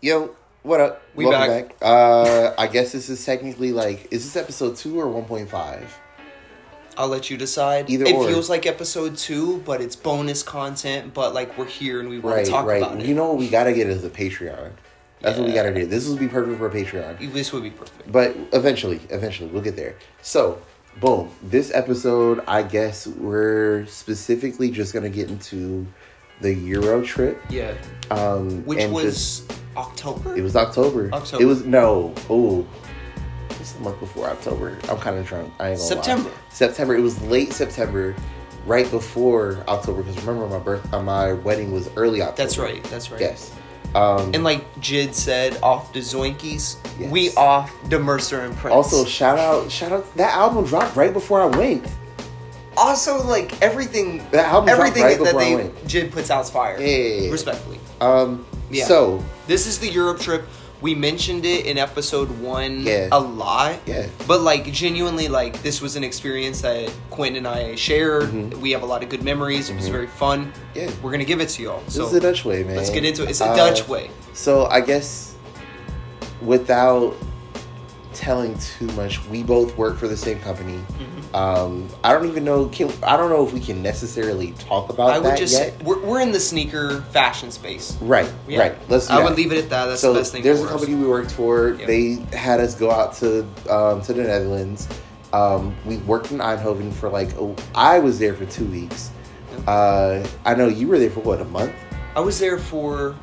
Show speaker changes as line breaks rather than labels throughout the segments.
Yo, what up?
We
Welcome
back.
Uh, I guess this is technically like, is this episode two or one point five?
I'll let you decide.
Either
it
or.
feels like episode two, but it's bonus content. But like we're here and we want
Right,
to talk
right.
about
You
it.
know what we gotta get is a Patreon. That's what we gotta do. This would be perfect for a Patreon.
This would be perfect.
But eventually, eventually, we'll get there. So, boom. This episode, I guess we're specifically just gonna get into the Euro trip.
Yeah,
Um,
which
and
was
just-
October.
it was October.
October.
It was no. Oh, it's a month before October. I'm kind of drunk. I ain't gonna
September.
Lie. September. It was late September, right before October. Because remember, my birth, uh, my wedding was early October.
That's right. That's right.
Yes. Um,
And like Jid said, off the Zoinkies,
Yes.
we off the Mercer and Prince.
also, shout out, shout out. That album dropped right before I went.
also like everything,
That album dropped
everything
right
that
before I
they
went.
Jid puts out's fire.
Yeah, yeah, yeah.
respectfully.
Um.
Yeah.
So
This is the Europe trip. We mentioned it in episode one
Yeah.
a lot.
Yeah.
But like genuinely, like this was an experience that Quentin and I shared.
Mm-hmm.
We have a lot of good memories. It was very fun.
Yeah.
We're gonna give it to y'all. So
this Mm-hmm. is the Dutch way, man.
let's get into it. It's a
Uh,
Dutch way.
So I guess without telling too much, we both work for the same company.
Mm-hmm.
Um, I don't even know. Can, I don't know if we can necessarily talk about
I
that
would just
yet.
we're, we're in the sneaker fashion space.
right,
Yeah.
right. Let's. Do
I
that.
would leave it at that. That's
so
the best thing.
there's
for
a
us.
company we worked for.
Yeah.
They had us go out to um, to the Netherlands. Um, we worked in Eindhoven for like a, I was there for two weeks. Uh, I know you were there for what a month.
I was there for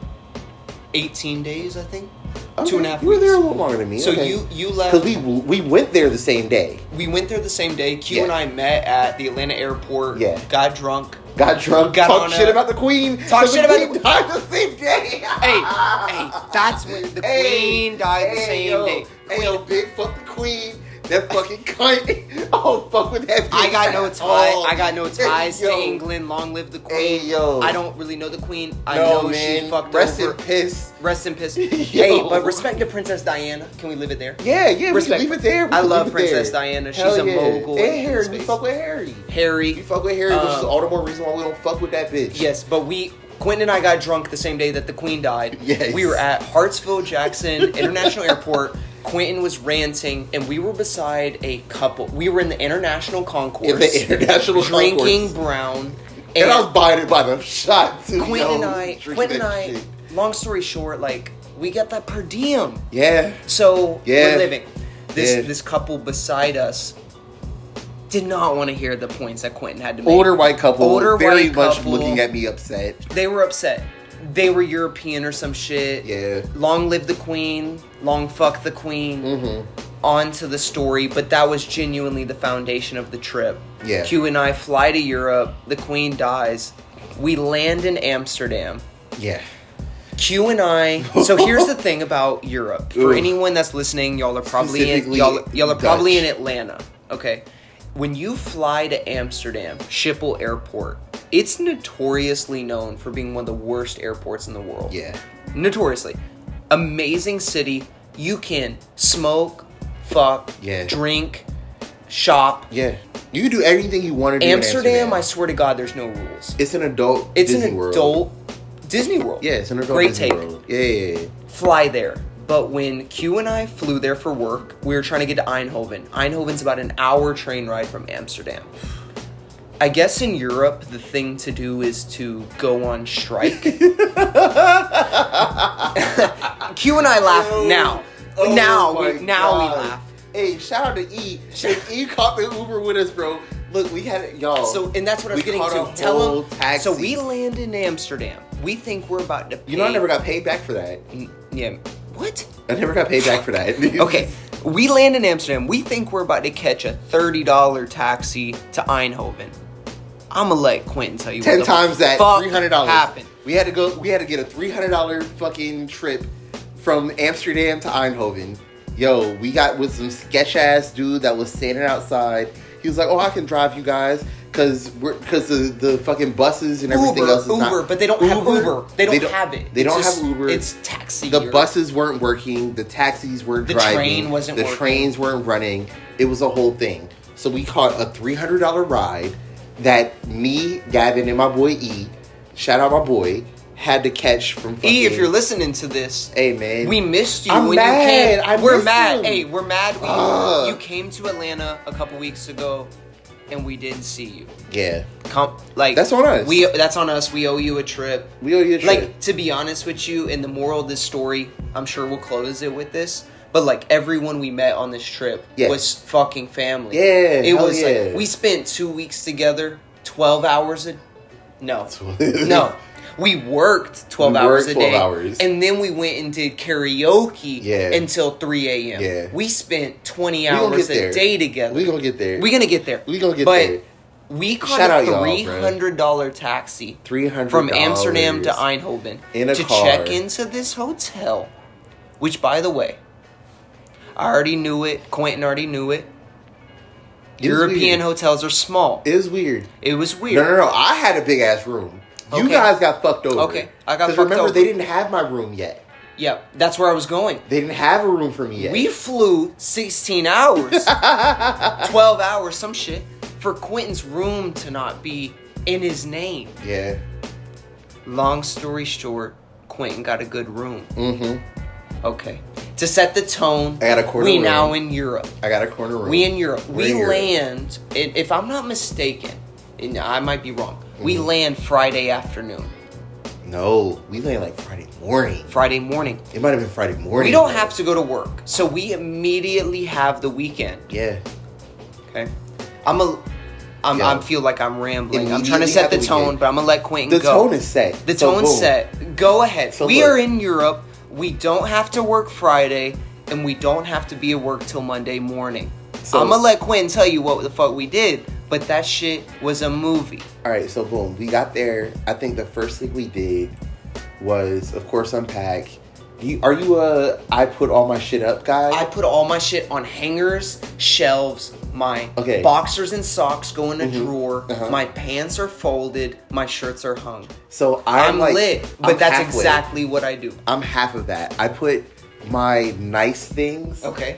18 days, I think.
Okay,
Two and a half.
You were there a
weeks.
little longer than me.
So
okay.
you you
Because
left.
we we went there the same day.
we went there the same day. Q
Yeah.
and I met at the Atlanta airport.
Yeah.
Got drunk.
Got drunk,
Got on
talked shit
a-
about the queen.
Talked
'cause
shit about
the queen died the same day.
Hey, hey, that's when the queen died the
hey,
same
yo,
day.
Hey,
Queen-
yo, big fuck the queen. That fucking cunt. Oh, fuck with that. Bitch.
I got no
at
tie.
all.
I got no ties
Hey, yo.
to England. Long live the queen.
Hey, yo.
I don't really know the queen. I
No,
know
man.
she fucked
Rest
over.
in piss.
Rest in peace. Hey,
Yo.
but respect to Princess Diana. Can we live it there?
Yeah, yeah,
Respect.
we can leave it there. We
I
can
love
leave it there.
Princess Diana. She's
Hell
a
yeah.
mogul in
And Harry, we
space.
fuck with Harry.
Harry.
We fuck with Harry, which is
Um,
all the more reason why we don't fuck with that bitch.
Yes, but we Quentin and I got drunk the same day that the Queen died.
Yes.
We were at Hartsfield Jackson International Airport. Quentin was ranting, and we were beside a couple. We were in the international concourse,
In the international
drinking
concourse.
brown. And,
And I was buying it by the shot too.
Quentin
yo.
and I,
Drinking
Quentin and
that
I.
shit.
Long story short, like we got that per diem,
Yeah.
so
Yeah.
we're living. This
Yeah.
this couple beside us did not want to hear the points that Quentin had to make.
Older white couple.
Older
very
white
much
couple.
looking at me upset.
They were upset. They were European or some shit.
Yeah.
Long live the queen. Long fuck the queen. Mm-hmm. On to the story, but that was genuinely the foundation of the trip.
Yeah.
Q and I fly to Europe. The queen dies. We land in Amsterdam.
Yeah.
Q and I. So here's the thing about Europe. For
Oof.
anyone that's listening, y'all are probably in,
Specifically
y'all, y'all are probably
Dutch.
in Atlanta. Okay, when you fly to Amsterdam Schiphol Airport, it's notoriously known for being one of the worst airports in the world.
Yeah.
notoriously, amazing city. You can smoke, fuck,
Yeah.
drink, shop.
Yeah. You can do everything you want to do.
Amsterdam,
in
I swear to God, there's no rules.
it's an adult.
It's
Disney
an
World.
adult Disney World.
Yeah, it's an adult.
Great
Disney
take
World. Yeah, yeah, yeah.
fly there. But when Q and I flew there for work, we were trying to get to Eindhoven. Eindhoven's about an hour train ride from Amsterdam. I guess in Europe, the thing to do is to go on strike. Q and I laugh
Oh,
now.
oh
now,
my
we, now
God.
we laugh.
Hey, shout out to E. Hey, E caught the Uber with us, bro. Look, we had it, y'all.
So, and that's what I
We
was getting
caught
to.
a
Tell
whole
them.
taxi.
So we land in Amsterdam. We think we're about to. Pay.
you know, I never got paid back for that.
Yeah. What?
I never got paid back for that.
Okay, we land in Amsterdam. We think we're about to catch a $30 taxi to Eindhoven. I'ma let Quentin tell you
ten
what the
times that
fuck
three hundred dollars
happened.
We had to go. We had to get a three hundred dollar fucking trip from Amsterdam to Eindhoven. Yo, we got with some sketch ass dude that was standing outside. He was like, "Oh, I can drive you guys." Cause we're cause the, the fucking buses and everything
Uber,
else is
Uber,
not
but they don't have Uber. They don't, have it.
They
It's
don't
just-
have Uber.
It's taxi.
the
or-
buses weren't working. The taxis were
The
driving.
train wasn't
The
working.
trains weren't running. It was a whole thing. So we caught a three hundred dollar ride that me, Gavin, and my boy E, shout out my boy, had to catch from fucking.
E, if you're listening to this,
hey man,
we missed you
I'm
when
mad.
you came.
I
we're
miss
mad.
him.
Hey, we're mad. We,
Ugh.
you came to Atlanta a couple weeks ago, and we didn't see you.
yeah,
Come, like
That's on us.
We that's on us. We owe you a trip.
we owe you a trip.
Like to be honest with you, in the moral of this story, I'm sure we'll close it with this. But like everyone we met on this trip
Yeah.
was fucking family.
Yeah,
it
hell
was
yeah.
like we spent two weeks together, twelve hours a no, no, we worked twelve
We
hours
worked
a
12
day,
hours.
and then we went and did karaoke
Yeah.
until three a.m.
Yeah.
we spent twenty
gonna
hours
get
a
there.
day together.
we gonna get there.
We gonna get there.
We gonna get
but
there.
We caught
Shout
a
out y'all, bro.
three hundred dollar taxi
three hundred
from Amsterdam to Eindhoven
In a
to
car.
check into this hotel. Which, by the way, I already knew it. Quentin already knew it.
It was
European
weird.
hotels are small. It,
It was weird.
was weird.
No, no, no. I had a big ass room. You
Okay.
guys got fucked over.
Okay, I got
'Cause
fucked
remember,
over.
they didn't have my room yet.
Yeah, that's where I was going.
They didn't have a room for me yet.
We flew 16 hours, 12 hours, some shit, for Quentin's room to not be in his name.
yeah.
Long story short, Quentin got a good room.
Mm-hmm.
Okay. To set the tone,
I got a quarter
we
room.
now in Europe.
I got a corner room.
We in Europe.
We're
we
in Europe.
land, and if I'm not mistaken, and I might be wrong,
Mm-hmm.
we land Friday afternoon,
No, we land like Friday morning.
Friday morning.
It might have been Friday morning.
We don't have to go to work, so we immediately have the weekend.
Yeah.
Okay, I'm a, I'm,
Yeah.
I feel like I'm rambling. I'm
Immediately
trying to set
have
the
the
tone,
weekend.
but I'm gonna let Quentin
The
go.
tone is set.
the
So,
tone
boom.
set. Go ahead.
So
we
look.
are in Europe. We don't have to work Friday, and we don't have to be at work till Monday morning.
So-
I'm gonna let Quentin tell you what the fuck we did, but that shit was a movie.
All right, so boom, we got there. I think the first thing we did was, of course, unpack. Do you, are you a I put all my shit up guy?
I put all my shit on hangers, shelves, my
Okay.
boxers and socks go in a
Mhm.
drawer.
Uh-huh.
My pants are folded. My shirts are hung.
so I'm,
I'm,
like,
lit, but
I'm
that's
halfway.
exactly what I do.
I'm half of that. I put my nice things
Okay.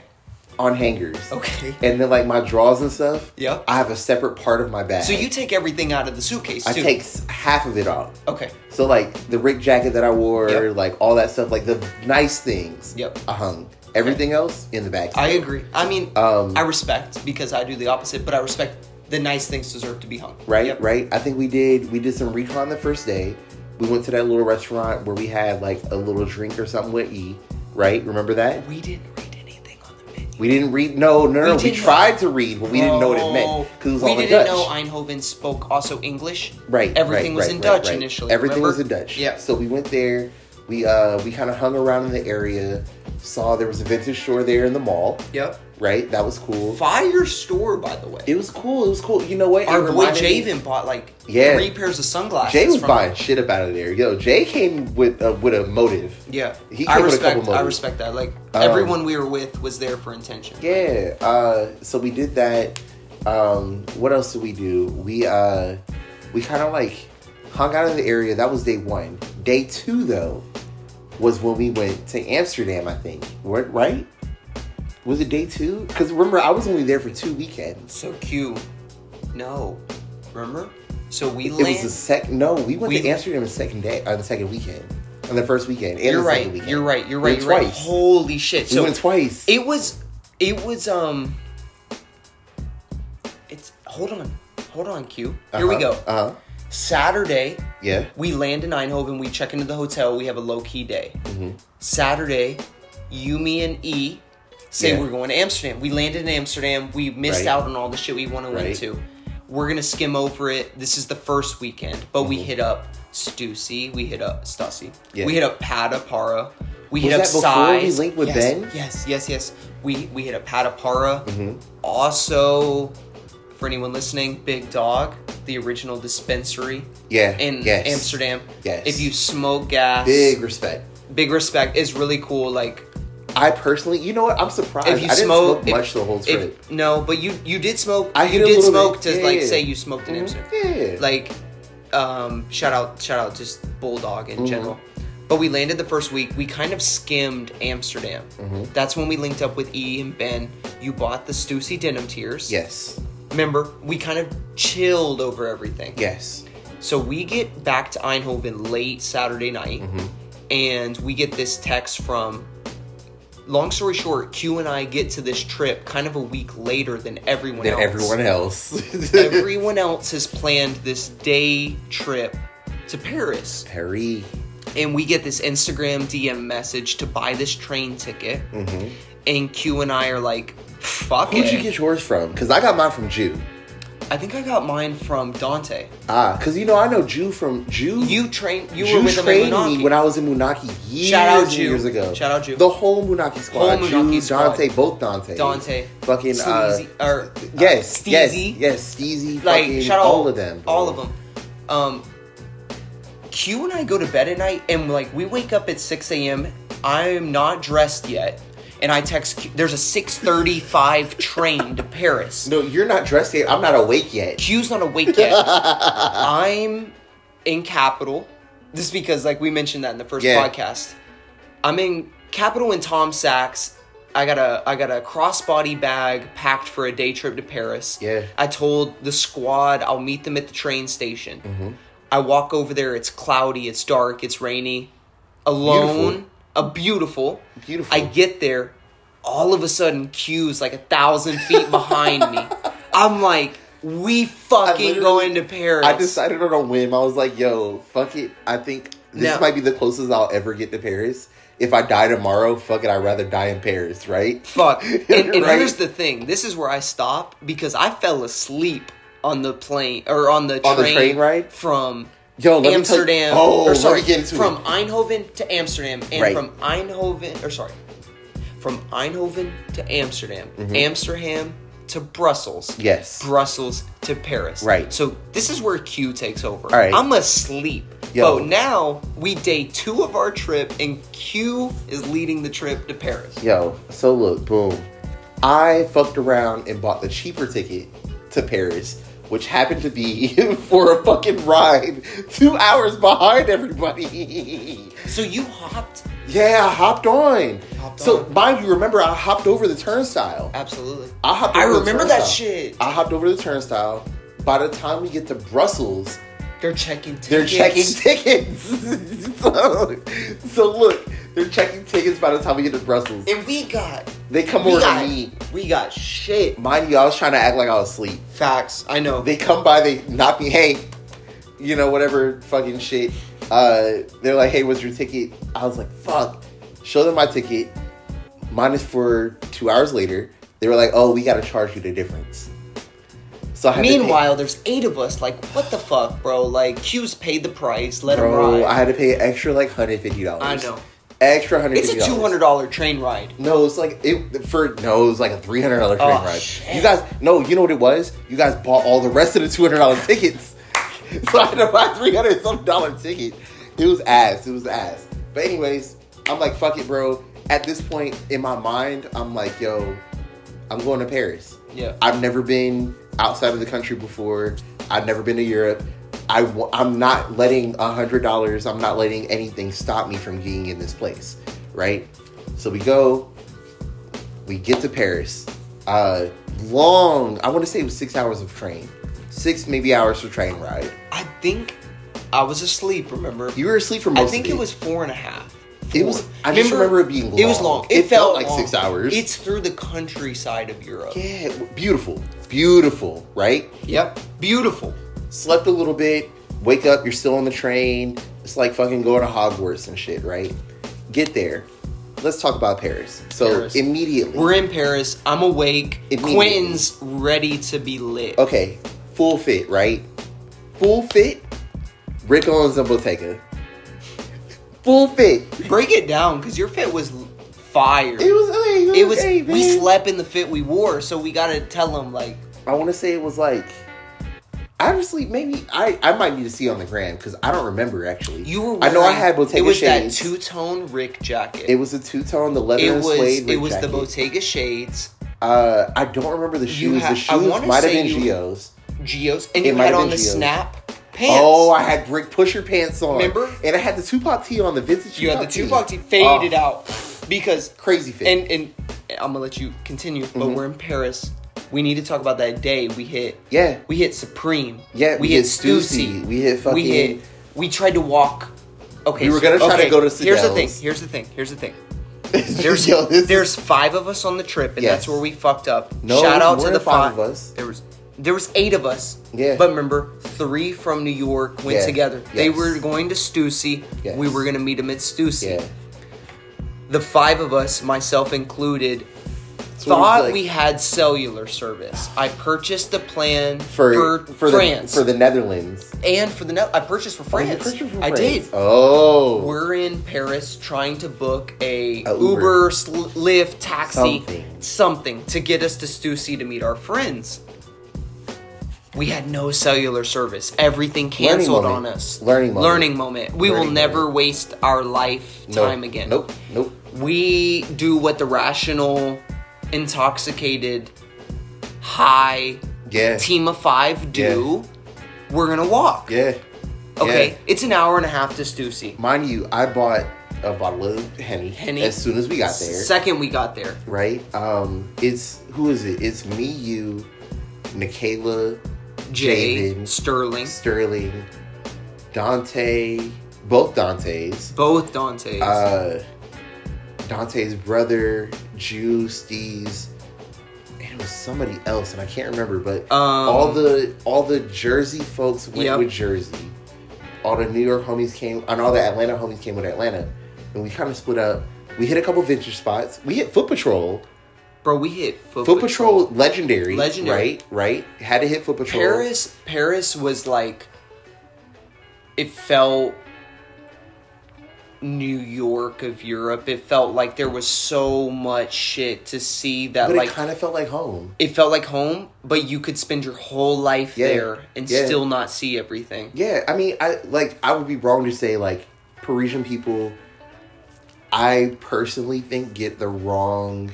on hangers.
Okay.
And then like my drawers and stuff.
Yeah.
I have a separate part of my bag.
So you take everything out of the suitcase
I
too.
take s- half of it off.
Okay.
So like the Rick jacket that I wore,
Yep.
like all that stuff, like the nice things.
Yep.
I hung everything else in the bag.
I agree. I mean,
Um,
I respect because I do the opposite, but I respect the nice things deserve to be hung.
right
Yep.
right i think we did we did some recon the first day we went to that little restaurant where we had like a little drink or something with e right remember that
We didn't read anything on the menu.
we didn't read no no no
We
we,
did
tried to read but we didn't know what it
Bro,
meant because it was
we
all in
didn't
dutch
know Eindhoven spoke also English.
right
Everything
right,
was
right,
in
right,
Dutch
right.
initially.
everything was
remember?
in dutch
Yeah.
so we went there we uh we kind of hung around in the area saw there was a vintage store there in the mall
Yep.
right that was cool
Fire store, by the way.
it was cool it was cool you know what It
Our boy
reminded me-
Javen bought like
Yeah.
three pairs of sunglasses.
Jay was
from-
buying shit up out of there. Yo, Jay came with uh, with a motive.
Yeah,
He
I
came with a
respect.
couple
I
modes.
respect that. Like
Um,
everyone we were with was there for intention.
Yeah. Uh, so we did that. Um, what else did we do? We uh, we kind of like hung out in the area. That was day one. Day two though was when we went to Amsterdam. I think. Wa- Right? Was it day two? Because remember, I was only there for two weekends.
So Q, no, remember? So we
It was
land.
the second. No, we went
We-
to Amsterdam the second day on the second weekend, on the first weekend. And
You're
the
right.
Second weekend.
You're right. You're
We
right.
went
You're right.
twice.
Holy shit!
We
So
went twice.
it was. It was. Um. It's. Hold on. Hold on. Q. Here we go.
Uh huh.
Saturday,
Yeah.
we land in Eindhoven. We check into the hotel. We have a low key day.
Mm-hmm.
Saturday, you, me, and E say
Yeah.
we're going to Amsterdam. We landed in Amsterdam. We missed
Right.
out on all the shit we want to went
Right.
to. We're gonna skim over it. This is the first weekend, but we hit up Stussy. We hit up Stussy.
Mm-hmm. Yeah.
We hit up Padapara. We
Was
hit up
that before we
Size.
linked with
yes,
Ben? Mm-hmm.
Yes, yes, yes. We we hit up Padapara. Also, for anyone listening, Big Dog, the original dispensary
Yeah.
in
yes.
Amsterdam.
Yes.
If you smoke gas,
Big respect.
big respect is really cool. Like
I personally, you know what? I'm surprised.
if you
I didn't
smoke,
smoke,
if-
much the whole
if-
trip.
no, but you you did smoke.
I
you
hit a
did
little
smoke
bit,
to
yeah,
like
yeah.
say you smoked in
Mhm,
Amsterdam.
yeah.
Like, um, shout out shout out just Bulldog in
Mm-hmm.
general. But we landed the first week. We kind of skimmed Amsterdam.
Mm-hmm.
That's when we linked up with E and Ben. You bought the Stussy denim tears.
yes,
Remember, we kind of chilled over everything.
yes.
So we get back to Eindhoven late Saturday night,
Mm-hmm.
and we get this text from. Long story short, Q and I get to this trip kind of a week later than everyone
than
else.
everyone else.
everyone else has planned this day trip to Paris.
Perry.
And we get this Instagram DM message to buy this train ticket.
Mhm.
And Q and I are like, fuck
Who'd
it.
you get yours from? Because I got mine from Jew.
I think I got mine from Dante.
Ah, because you know I know Jew from Jew.
You train. You
Jew
were with him in
trained
Monaki.
me when I was in Munaki years
Shout out
and
Jew.
years ago.
Shout out Jew.
The whole Munaki squad.
Whole Munaki
Jew,
squad.
Dante, both Dante.
Dante.
Fucking uh,
Steezy- or uh,
yes, yes,
Steezy.
yes, Steezy.
like
fucking
shout out
all of them. bro.
all of them. Um, Q and I go to bed at night, and like we wake up at six a.m. I'm not dressed yet, and I text. Q, There's a six thirty-five train to Paris.
No, you're not dressed yet. I'm not awake yet.
Q's not awake yet. I'm in Capital. This is because like we mentioned that in the first
Yeah.
podcast. I'm in Capital and Tom Sachs. I got a I got a crossbody bag packed for a day trip to Paris.
Yeah.
I told the squad I'll meet them at the train station.
Mm-hmm.
I walk over there. It's cloudy. It's dark. It's rainy. Alone. A beautiful.
Beautiful.
I get there. All of a sudden, Q's like a thousand feet behind me. I'm like, we fucking
literally-
going to Paris.
I decided on a whim. I was like, yo, fuck it. I think this
Now-
might be the closest I'll ever get to Paris. If I die tomorrow, fuck it. I'd rather die in Paris, right?
Fuck. And, and
Right?
here's the thing. This is where I stop because I fell asleep on the plane or on the train,
On the train ride?
from
Yo, let me tell you-
Amsterdam.
Oh,
or
let
sorry,
me get into
from
it.
Eindhoven to Amsterdam, and
Right.
from Eindhoven or sorry, from Eindhoven to Amsterdam, Amsterdam to Brussels.
Mm-hmm. Yes.
Brussels to Paris.
Right.
So this is where Q takes over.
All right.
I'm asleep.
Yo.
But now we day two of our trip, and Q is leading the trip to Paris.
Yo, so look, boom. I fucked around and bought the cheaper ticket to Paris, which happened to be for a fucking ride two hours behind everybody.
So you hopped
yeah, I hopped on.
Hopped
so,
on.
mind you, remember I hopped over the turnstile.
Absolutely.
I hopped.
I
Over the
remember that
turnstile.
shit.
I hopped over the turnstile. By the time we get to Brussels,
They're checking tickets.
they're checking tickets. so, so look, they're checking tickets. By the time we get to Brussels,
And we got.
they come
We
over
got,
to me.
we got shit.
Mind you, I was trying to act like I was asleep.
Facts. I know.
They come by, they knock me, hey, you know, whatever fucking shit. Uh, they're like, hey, what's your ticket? I was like, fuck. Show them my ticket. Minus for two hours later, they were like, oh, we gotta charge you the difference. So I had to pay-
Meanwhile, there's eight of us. Like, what the fuck, bro? Like, Q's paid the price. Let him
Bro, I
ride.
had to pay an extra like hundred fifty dollars.
I know.
Extra hundred.
It's a two hundred dollar train ride.
No, it's like it for no, it was like a three hundred dollar train
Oh,
ride.
shit.
You guys, no, you know what it was? You guys bought all the rest of the two hundred dollar tickets, so I had to buy three hundred some dollar ticket. It was ass. It was ass. But anyways, I'm like, fuck it, bro. At this point in my mind, I'm like, yo, I'm going to Paris.
Yeah.
I've never been outside of the country before. I've never been to Europe. I, am not letting $100, I'm not letting anything stop me from being in this place, right? So we go, we get to Paris. Uh, long, I want to say it was six hours of train, six maybe hours of train ride.
I think I was asleep. Remember?
You were asleep for most
I
of
think it
it
was four and a half.
It was-
Four.
I just remember it being
It was
long.
long. It,
It felt
felt
like six
long.
hours.
It's through the countryside of Europe.
Yeah, beautiful, beautiful, right?
Yep. Beautiful.
slept a little bit, wake up, you're still on the train. It's like fucking going to Hogwarts and shit, right? Get there. Let's talk about Paris. So
Paris.
immediately,
We're in Paris. I'm awake.
Immediately.
Quentin's ready to be lit.
okay, full fit, right? Full fit, Rick Owens and Bottega. Full fit.
Break it down, cause your fit was l- fire.
It was. Hey,
It was-
hey,
we
man.
slept in the fit we wore, so we gotta tell him like
I want to say it was like. Honestly, maybe I, I might need to see on the gram because I don't remember actually.
you were.
I know I
wearing-
had Bottega
It was
shades.
that two tone Rick jacket.
it was a two tone, the leather
It
and
was.
suede.
it
Rick
was the
jacket.
Bottega shades,
Uh, I don't remember the shoes.
ha-
the
I
shoes
wanna
might have
say
been
you-
Geo's.
geos, and
It
you
might
had
have
on
been
the
Geos.
snap pants.
Oh, I had brick pusher pants on.
Remember?
And I had the Tupac tee on the vintage.
you had the Tupac tee faded
Oh.
out because
Crazy fit. Mm-hmm.
and and I'm gonna let you continue, but we're in Paris. We need to talk about that day we hit.
Yeah.
We hit Supreme.
Yeah, we hit Stussy. We hit fucking-
We hit. We tried to walk. Okay.
We were gonna try to
okay,
go to
Here's the thing.
Sigel's.
Here's the thing. Here's the thing. There's
There's Yo, this is-
there's five of us on the trip, and
Yes.
that's where we fucked up.
No,
Shout
it was more
out to
than
the
five
five,
of us.
There was there was eight of us.
Yeah.
But remember, three from New York went
Yeah.
together. They
Yes.
were going to Stussy.
Yes.
We were gonna meet him at Stussy.
yeah.
The five of us, myself
So
included,
it was
thought
like-
we had cellular service. I purchased the plan
for,
for,
for
France
the, for the Netherlands.
and for the net. I purchased for
Oh, you
France.
purchased for
I
France.
did.
Oh,
We're in Paris trying to book a,
A Uber.
Uber, sl- Lyft, taxi,
Something.
something. to get us to Stussy to meet our friends. We had no cellular service. Everything canceled on
moment.
us.
Learning moment.
Learning moment. We
Learning
will never
moment.
waste our
Nope.
lifetime again.
Nope, nope.
We do what the rational, intoxicated, high
Yeah,
team of five do. We're gonna walk.
yeah.
Okay,
yeah.
it's an hour and a half to Stussy.
Mind you, I bought a bottle of Henny,
Henny.
as soon as we got there.
Second, we got there.
right? Um, it's who is it? It's me, you, Nikayla,
Jay
Jaden.
Sterling,
Sterling, Dante, both Dantes,
both Dantes.
uh, Dante's brother, Juice, Steez, and it was somebody else, and I can't remember. But
Um,
all the all the Jersey folks went
Yep.
with Jersey. All the New York homies came, and all the Atlanta homies came with Atlanta, and we kind of split up. We hit a couple vintage spots. We hit Foot Patrol.
Bro, we hit Foot,
Foot Patrol, legendary,
Legendary.
right? Right. Had to hit Foot Patrol.
Paris, Paris was like, it felt New York of Europe. It felt like there was so much shit to see that
but
like
it kind of felt like home.
it felt like home, but you could spend your whole life
Yeah,
there and
yeah.
still not see everything.
Yeah, I mean, I like I would be wrong to say like Parisian people. I personally think get the wrong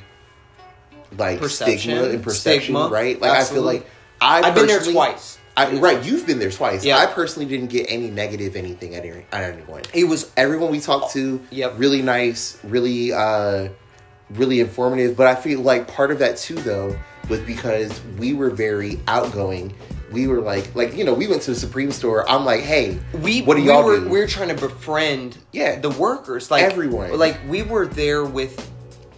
like
Perception?
stigma and perception,
Stigma?
right? Like I
Absolutely.
feel like I
I've been there
personally-
twice.
I, right, you've been there twice.
Yeah.
I personally didn't get any negative anything at any, at anyone.
It was
Everyone we talked to,
Yep.
really nice, really, uh, really informative. But I feel like part of that too, though, was because we were very outgoing. We were like, like you know, we went to the Supreme store. I'm like, hey,
we
what do
we
y'all
were,
do?
We were trying to befriend
Yeah.
the workers, like
Everyone.
Like we were there with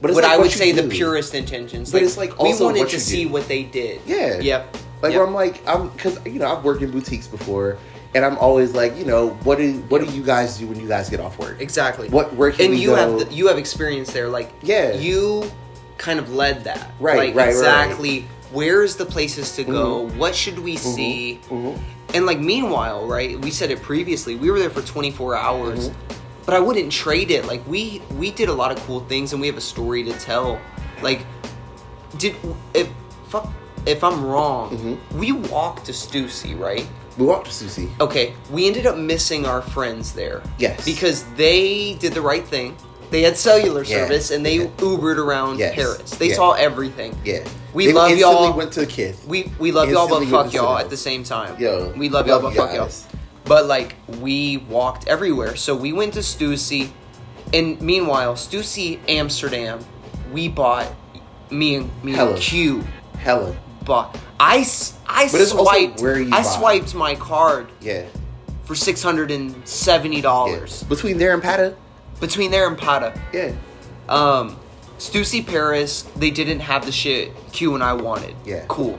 But it's
what
like
I
what
would
you
say the
do.
purest intentions.
But it's like also
we wanted
what
to
you
see
do.
what they did.
Yeah.
Yep.
Like
Yep.
where I'm like I'm because you know I've worked in boutiques before, and I'm always like you know what do what do you guys do when you guys get off work?
exactly.
What where can
and
we
you
go?
have the, you have experience there. Like
Yeah.
you kind of led that.
Right, right, Mm-hmm.
Like,
right,
Exactly. Where's the places to go? What should we see?
Mhm.
And like meanwhile, right? We said it previously. We were there for 24 hours.
Mm-hmm.
But I wouldn't trade it. Like we we did a lot of cool things and we have a story to tell. Like did if fuck if I'm wrong,
Mm-hmm.
we walked to Stussy, right?
we walked to Susie.
Okay, we ended up missing our friends there.
Yes.
Because they did the right thing. They had cellular
Yeah,
service and they
yeah.
Ubered around
Yes,
Paris. They
yeah.
saw everything.
Yeah,
We
They
love
instantly
y'all.
Went to the kid.
We we love y'all but
Instantly went
fuck
to
y'all
the-
at the same time.
Yo,
We love
I
y'all
love
but
you
fuck y'all.
guys.
But like we walked everywhere. So we went to Stussy and meanwhile, Stussy Amsterdam, we bought me and me
Hella.
and Q
Hella.
bought I s- I
But it's also
swiped
where you buy.
I swiped my card
Yeah.
for six hundred and seventy
yeah.
dollars
Between there and Pata.
between there and Pata.
Yeah.
Um, Stussy Paris, they didn't have the shit Q and I wanted.
Yeah.
cool.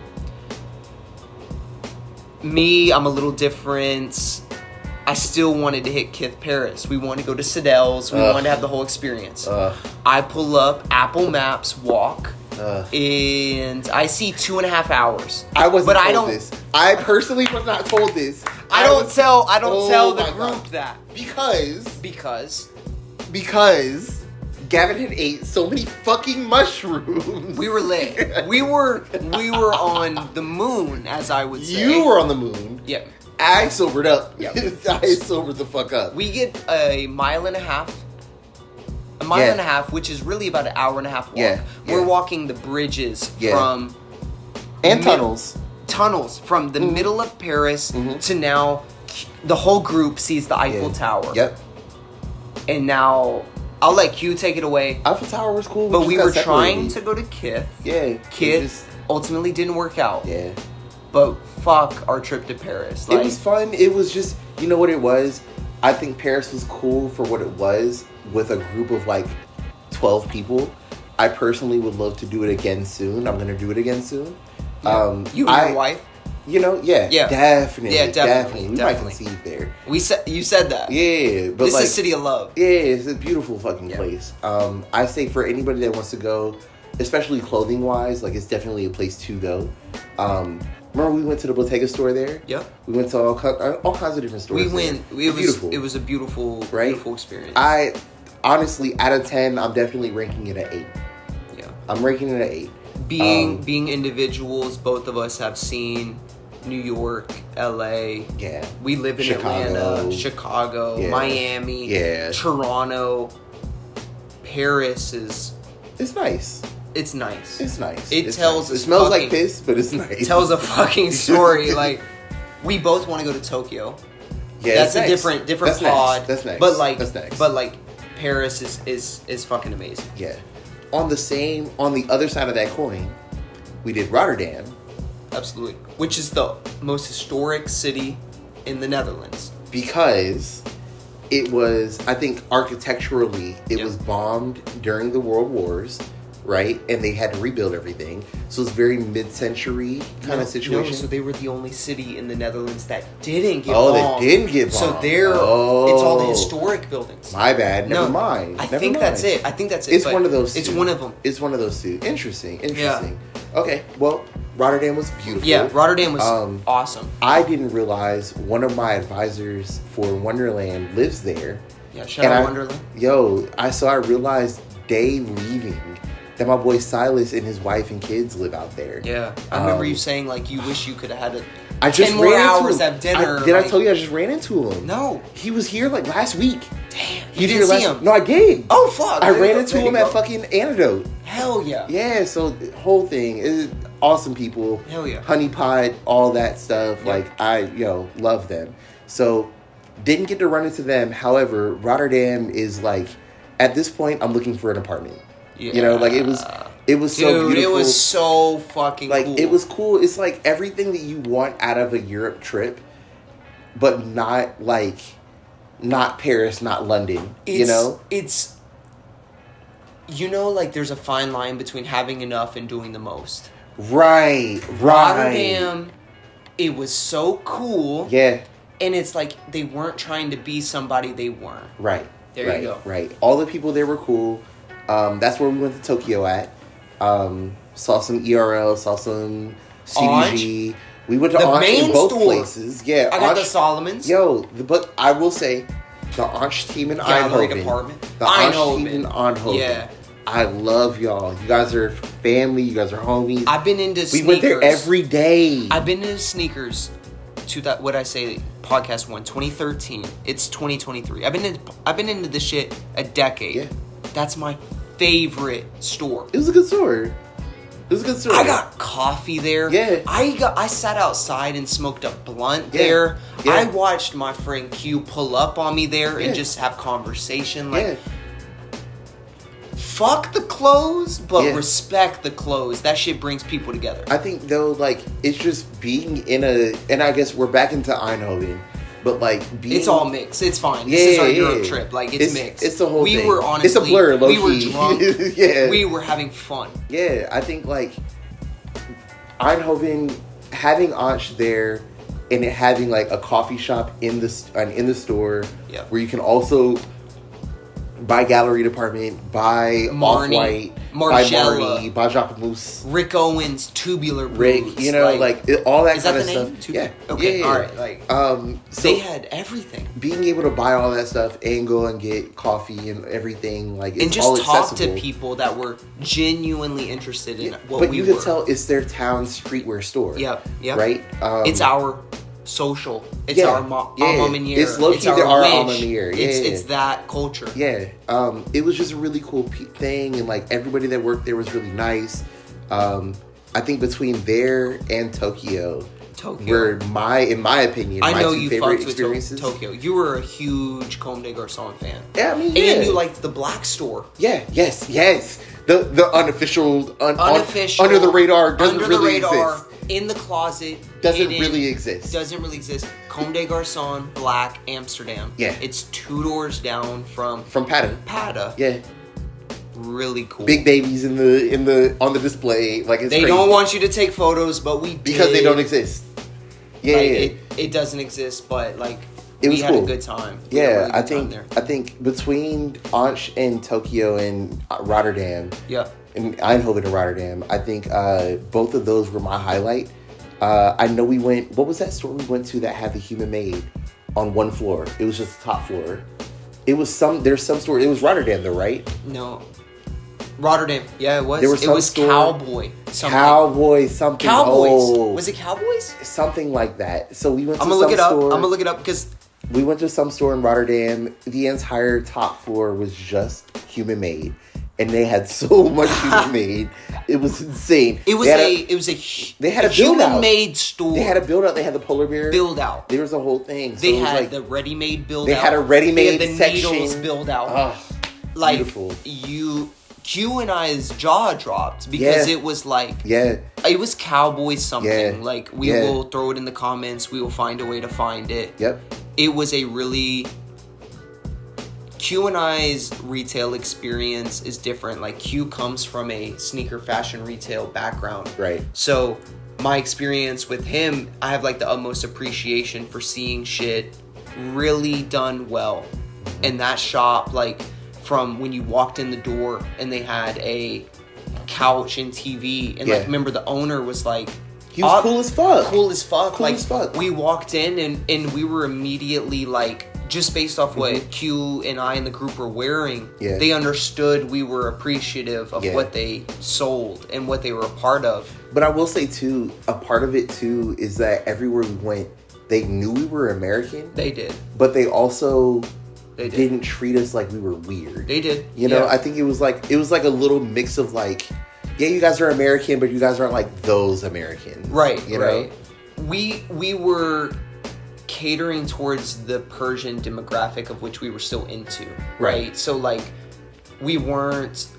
Me, I'm a little different. I still wanted to hit Kith Paris. We wanted to go to Siddell's. We
Ugh.
wanted to have the whole experience.
Ugh.
I pull up Apple Maps, walk,
Ugh.
and I see two and a half hours.
Uh, I wasn't
But
told
I don't.
this. I personally was not told this.
I don't
was-
tell. I don't
Oh
tell the
my
group
God.
that
because
because
because Gavin had ate so many fucking mushrooms.
We were lit. We were we were on the moon, as I would say.
You were on the moon.
Yeah.
I sobered up.
Yep.
I sobered the fuck up.
We get a mile and a half. A mile
Yeah.
and a half, which is really about an hour and a half walk.
Yeah,
We're
yeah.
walking the bridges
Yeah.
from
and
mid-
tunnels.
tunnels from
Mm-hmm.
the middle of Paris
Mhm.
to now the whole group sees the Eiffel
Yeah.
Tower.
Yep.
And now I'll let you take it away.
Eiffel Tower was cool.
But we
just
were
got
trying to
separated.
go to Kith.
Yeah. we
Kith
just-
ultimately didn't work out.
Yeah.
But fuck our trip to Paris. Like,
it was fun. It was just, you know what it was? I think Paris was cool for what it was with a group of like 12 people. I personally would love to do it again soon. I'm going to do it again soon. Um,
you and
I,
your wife.
You know, yeah.
Yeah.
Definitely.
Yeah,
Yeah,
definitely,
definitely. We
definitely.
might concede there.
We said you said that.
Yeah, but
this
like,
is City of Love.
yeah, it's a beautiful fucking
Yeah.
place. Um, I say for anybody that wants to go, especially clothing wise, like it's definitely a place to go. Um, remember we went to the Bottega store there.
Yep.
We went to all ki- uh, all kinds of different stores.
We
there.
went. It was
beautiful.
it was a beautiful
Right?
beautiful experience.
I honestly, out of ten, I'm definitely ranking it at eight.
yeah.
I'm ranking it at eight.
Being
Um,
being individuals, both of us have seen New York, L.A.
Yeah.
We live in Atlanta,
Chicago.
Chicago,
Yeah.
Miami,
Yeah.
Toronto, Paris is.
It's nice.
It's nice.
It's nice.
It
It's
tells
nice.
us
It smells like
fucking-
piss, but it's nice.
It tells a fucking story. like we both want to go to Tokyo.
yeah, it's
that's a
nice.
different different
That's nice.
pod.
That's nice.
But like
that's nice.
But like Paris is is is fucking amazing.
Yeah. On the same, on the other side of that coin, we did Rotterdam.
Absolutely. Which is the most historic city in the Netherlands.
because it was i think architecturally it
Yeah.
was bombed during the world wars right and they had to rebuild everything so it's very mid-century kind
No,
of situation
No, so they were the only city in the Netherlands that didn't get
Oh, they
bombed.
didn't get
So
bombed.
they're it's all the
Oh.
historic buildings.
my bad never
No,
mind
I
Never
think
mind.
that's it. I think that's it.
it's
but
one of those
It's
two.
one of them.
it's one of those two interesting interesting okay well rotterdam was beautiful
Yeah, Rotterdam was
Um,
awesome.
i didn't realize one of my advisors for wonderland lives there
Yeah, shout
and
out
I-
Wonderland.
Yo, I saw. I realized day leaving that my boy Silas and his wife and kids live out there.
Yeah, I remember
Um,
you saying like you wish you could have had a
I just
10
ran
more
into
hours
him.
at dinner,
I, did I
like-
tell you I just ran into him?
no.
he was here like last week.
Damn,
He
you
was
didn't
here
see
last-
him.
No, I did.
Oh fuck!
I
There you
ran
go,
into
there you
him at
go.
fucking Antidote.
Hell yeah.
Yeah, so the whole thing is awesome people.
Hell yeah.
Honey Pot, all that stuff.
Yeah.
Like I yo, love them. So didn't get to run into them. However, Rotterdam is like at this point I'm looking for an apartment. You know, like it was
Yeah.
it was
Dude,
so beautiful.
it was so fucking
like
cool.
it was cool. It's like everything that you want out of a Europe trip, but not like not Paris, not London.
It's,
you know?
it's. You know, like there's a fine line between having enough and doing the most.
Right, right.
Rotterdam, it was so cool,
Yeah.
and it's like they weren't trying to be somebody they weren't.
Right.
There you
right,
go.
Right. All the people there were cool. Um, that's where we went to Tokyo at. Um, saw some ERL, saw some CDG. We went to
The
Anch
main
in both
store.
places. Yeah,
I got the
Anch-
Solomons.
Yo, the, but I will say, the Anch team in
Gallery
Eindhoven.
department.
The Anch
Eindhoven.
team in Eindhoven.
Yeah.
I love y'all. You guys are family. You guys are homies.
I've been into
we
sneakers.
went there every day.
I've been into sneakers to that what I say podcast one 2013. It's 2023. I've been in, I've been into this shit a decade.
Yeah.
That's my favorite store.
it was a good store. It was a good store.
I got coffee there.
Yeah.
I got I sat outside and smoked a blunt
Yeah.
there.
Yeah.
I watched my friend Q pull up on me there
Yeah.
and just have conversation like
Yeah.
fuck the clothes but
Yeah.
respect the clothes. That shit brings people together.
I think though, like it's just being in a, and I guess we're back into Eindhoven, but like being
It's all mixed. It's fine. this
Yeah,
is our
yeah,
Europe
yeah.
trip. Like it's, mixed.
It's the whole.
We
thing.
were honestly.
It's a blur. Low
we were
key.
drunk.
yeah.
We were having fun.
yeah. I think like Eindhoven having Anch there and it having like a coffee shop in the st- and in the store
Yeah.
where you can also buy gallery department, buy
Marni,
off-white,
Margiela.
buy Marni, buy Jacques Moose.
Rick Owens, tubular blues.
Rick, you know, like, it, all that
is that
kind
the
of
name?
stuff.
Tubu-
yeah.
Okay,
yeah, yeah,
all
yeah.
right, like-
um, so
they had everything
being able to buy all that stuff and go and get coffee and everything, like, it's
and just
all
talk to
accessible.
people that were genuinely interested in what
but
we
you
were.
could tell it's their town streetwear store.
Yep, yep.
Right. Um,
it's our social. It's
yeah,
our mo-
yeah.
alma mater.
It's low-key
our,
the- our
wish.
alma mater,
It's,
yeah.
it's that culture.
Yeah. Um, it was just a really cool pe- thing, and like everybody that worked there was really nice. Um, I think between there and Tokyo,
Tokyo.
were my, in my opinion,
I
my
know
two
you
favorite
fucked with to-
experiences.
Tokyo. You were a huge Comme des Garçons fan.
Yeah, I mean, yeah.
And you liked the black store.
Yeah, yes, yes. the the unofficial, un, un-
Unofficial.
under the radar doesn't
under the
really
radar,
exist.
in the closet.
Doesn't
hidden,
really exist.
Doesn't really exist. Comme des Garçons, Black, Amsterdam.
Yeah.
It's two doors down from
From Patton.
Pata.
Yeah,
Really cool.
big babies in the in the on the display. Like it's
They
crazy.
don't want you to take photos, but we
because they
did.
don't exist. Yeah,
Like,
yeah, yeah.
It, it doesn't exist, but like
It
we
was
had
cool.
a good time. We had a
Yeah,
really
I
good
think
time there.
I think between Ansh and Tokyo and uh, Rotterdam
Yeah.
and Eindhoven and Rotterdam, I think uh, both of those were my highlight. Uh, I know we went. What was that store we went to that had the human made on one floor? It was just the top floor. It was some. There's some store. It was Rotterdam though, right?
No. Rotterdam. Yeah, it was.
There was
it
some
was
store-
cowboy. Something.
Cowboy something.
Cowboys.
Oh,
Was it Cowboys?
something like that? So we went.
I'm
to
gonna look
some
it up.
Store.
I'm gonna look it up because
we went to some store in Rotterdam. The entire top floor was just human made, and they had so much human made. It was insane.
it was
They had
a, it was a hu-
they had a build out.
human made store.
they had a build out. They had the polar bear.
build out.
There was a whole thing. So
They
it was
had
like,
the ready made build
they
out.
had a ready-made
They had the
section.
needles build out.
Ugh,
like
beautiful.
you, Q and I's jaw dropped because
Yeah.
it was like
yeah,
it was cowboy something.
Yeah.
Like we
Yeah.
will throw it in the comments. We will find a way to find it.
yep,
It was a really Q and I's retail experience is different. Like Q comes from a sneaker fashion retail background.
right,
So my experience with him, I have like the utmost appreciation for seeing shit really done well. And that shop, like from when you walked in the door and they had a couch and TV, and
Yeah.
like remember the owner was like
He was
"Oh,
cool as fuck."
cool as fuck,
Cool
like
as fuck.
we walked in and and we were immediately like. Just based off what Q and I and the group were wearing,
Mm-hmm. Yeah.
they understood we were appreciative of
Yeah.
what they sold and what they were a part of.
But I will say too, a part of it too is that everywhere we went, they knew we were American,
They did.
but they also
They did.
didn't treat us like we were weird.
They did.
You know,
Yeah.
I think it was like it was like a little mix of like, yeah, you guys are American, but you guys aren't like those Americans,
right.
You
right.
know,
We we were catering towards the Persian demographic of which we were still into. Right.
Right.
So like we weren't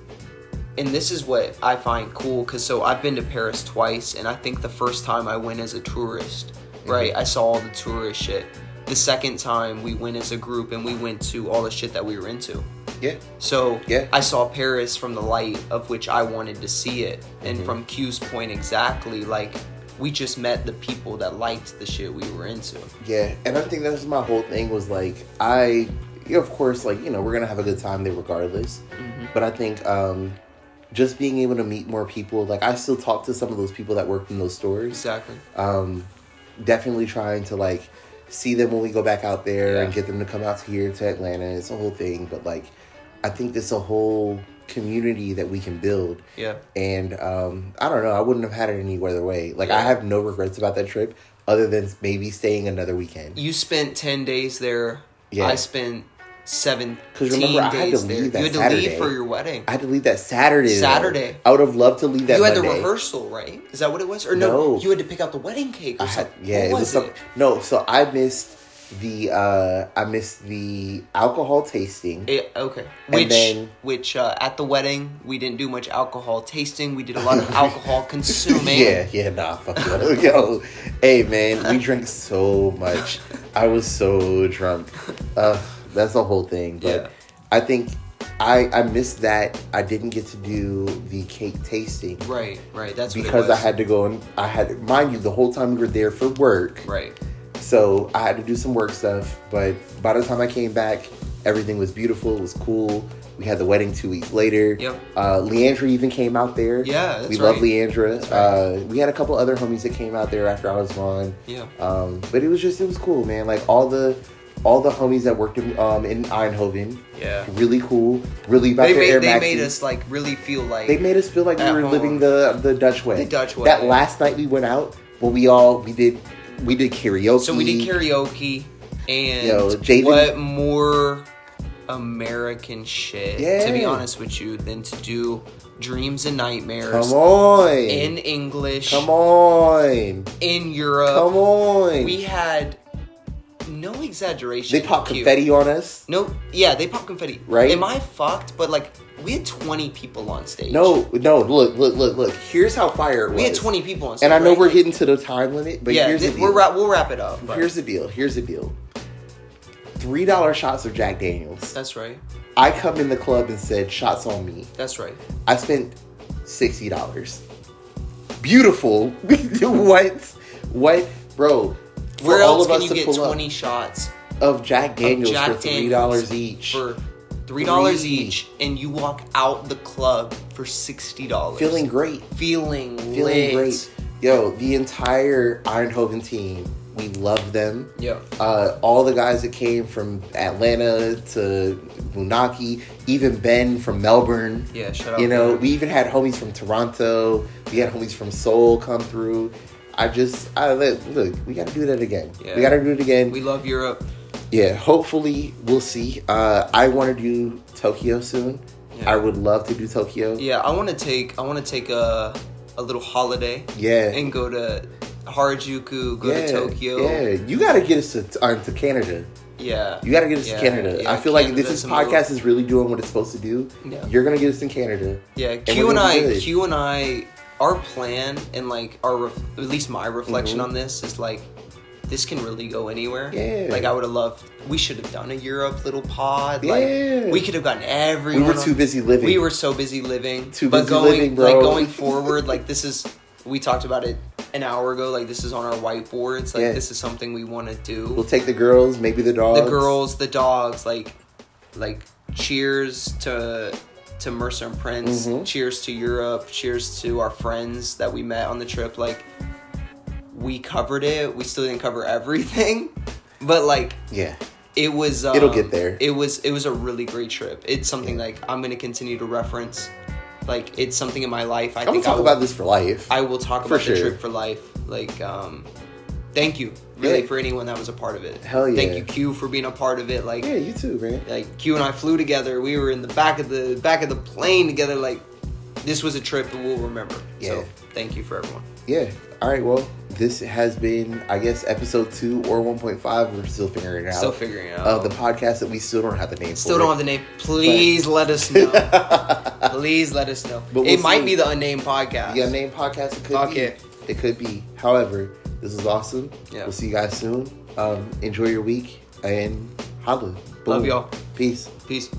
and this is what I find cool cuz so I've been to Paris twice and I think the first time I went as a tourist, right? I saw all the tourist shit. The second time we went as a group and we went to all the shit that we were into.
yeah,
So
Yeah.
I saw Paris from the light of which I wanted to see it,
Mm-hmm.
and from Q's point exactly, like we just met the people that liked the shit we were into.
yeah. And I think that's my whole thing was like I, you know, of course, like you know, we're gonna have a good time there regardless.
Mm-hmm.
But I think um just being able to meet more people, like I still talk to some of those people that worked in those stores.
Exactly.
um, definitely trying to like see them when we go back out there
Yeah.
and get them to come out here to Atlanta. It's a whole thing, but like I think it's a whole community that we can build.
Yeah.
And um, I don't know. I wouldn't have had it any other way. Like I
Yeah.
have no regrets about that trip, other than maybe staying another weekend.
You spent ten days there.
Yeah.
I spent seventeen
'Cause remember, I had to
days there.
leave that
you had to
Saturday.
leave for your wedding.
I had to leave that Saturday. though.
Saturday.
I would have loved to leave that.
you had the
Monday.
rehearsal, right? Is that what it was? Or no,
No.
you had to pick out the wedding cake or
I had,
something.
yeah,
What
it was, some,
it?
no. So I missed the uh I missed the alcohol tasting.
It, okay. Which
then-
which uh, at the wedding we didn't do much alcohol tasting. We did a lot of alcohol consuming.
Yeah, yeah, nah, fuck yo. yo. Hey man, we drank so much. I was so drunk. Uh, that's the whole thing. But
Yeah.
I think I I missed that. I didn't get to do the cake tasting
Right, right. That's what
because
it
I
was.
had to go and I had mind you the whole time we were there for work.
right.
So I had to do some work stuff. But by the time I came back, everything was beautiful. It was cool. We had the wedding two weeks later.
Yep.
Uh, Leandra even came out there.
Yeah, that's
we love
right.
Leandra.
right.
Uh, we had a couple other homies that came out there after I was gone.
Yeah.
Um, but it was just it was cool, man. Like all the all the homies that worked in um, in Eindhoven,
Yeah.
really cool. Really about
They
their Air
made, they
Maxes.
made us like really feel like
They made us feel like we
At
were
home.
living the the Dutch way.
The Dutch way,
That
yeah.
last night we went out, but we all we did we did karaoke.
so we did karaoke and
Yo, Jaden-
what more American shit to be
Yeah.
honest with you than to do dreams and nightmares
Come on.
in English
Come on.
in Europe.
Come on.
We had no exaggeration.
they popped
Q.
confetti on us.
No, yeah, they pop confetti.
Right?
Am I fucked? But like, we had 20 people on stage.
No, no, look, look, look, look. Here's how fire it was.
we had 20 people on stage.
And I know
right?
we're getting to the time limit, but
yeah,
here's the
th-
deal.
we're ra- we'll wrap it up. but-
here's the deal. Here's the deal. Three dollar shots of Jack Daniels.
that's right.
I come in the club and said, "Shots on me."
That's right.
I spent sixty dollars. Beautiful. what? What, bro? for
Where
all
else
of
can
us
you
to
get
pull up
20 shots
of Jack Daniels
of Jack
for three
Daniels
dollars each?
for three dollars
Three.
each, and you walk out the club for sixty dollars,
Feeling great.
feeling
Feeling
lit.
great. Yo, the entire Ironhoven team. We love them.
Yeah,
uh, all the guys that came from Atlanta to Bunaki, even Ben from Melbourne.
yeah. Shout out.
You know,
Ben.
we even had homies from Toronto. We had homies from Seoul come through. I just, I look, look we got to do that again.
Yeah.
We got to do it again.
we love Europe.
yeah, hopefully we'll see. Uh, I want to do Tokyo soon.
Yeah.
I would love to do Tokyo. Yeah.
Yeah, I want to take I want to take a a little holiday and go to Harajuku, go
yeah,
to Tokyo.
Yeah, you gotta get us to, uh, to Canada.
Yeah.
You gotta get us
Yeah,
to Canada.
yeah,
I feel like
Canada's
this is
a
podcast is really doing what it's supposed to do.
Yeah.
You're gonna get us in Canada.
Yeah,
we're
Q and
gonna
I,
do it.
Q and I, our plan and like our, ref- at least my reflection
Mhm.
on this is like, this can really go anywhere.
Yeah.
Like I would have loved. We should have done a Europe little pod.
Yeah.
Like we could have gotten
We
everyone.
were too
on-
busy living.
We were so busy living.
Too
but
busy
going,
living, bro.
Like going forward, like this is. We talked about it an hour ago. Like this is on our whiteboards. Like
Yeah.
this is something we want to do
We'll take the girls, maybe the dogs.
the girls, the dogs, like like cheers to to Mercer and Prince,
Mhm.
cheers to Europe, cheers to our friends that we met on the trip. Like we covered it. We still didn't cover everything, but like
Yeah.
it was um,
It'll get there.
It was it was a really great trip. It's something
Yeah.
like I'm gonna continue to reference. Like it's something in my life. I
I'm gonna
think I
talk
will,
about this for life.
I will talk
for
about the
sure.
trip for life. Like um, thank you really
Yeah.
for anyone that was a part of it.
Hell yeah.
Thank you Q for being a part of it. Like
yeah, you too, man.
like Q and I flew together. We were in the back of the back of the plane together. Like this was a trip that we'll remember.
Yeah.
So thank you for everyone.
Yeah. All right. Well, this has been, I guess, episode two or 1.5. We're still figuring it out.
Still figuring it out.
Of the podcast that we still don't have the name.
Still
for
don't have the name. Please let us know.
have
Please let us know.
But
it
we'll
might
see.
be the unnamed podcast.
Yeah, name podcast. It could
Fuck
be.
it.
It could be. However, this is awesome.
Yeah.
We'll see you guys soon. Um, enjoy your week and holla.
Love
Boom.
y'all.
Peace.
Peace.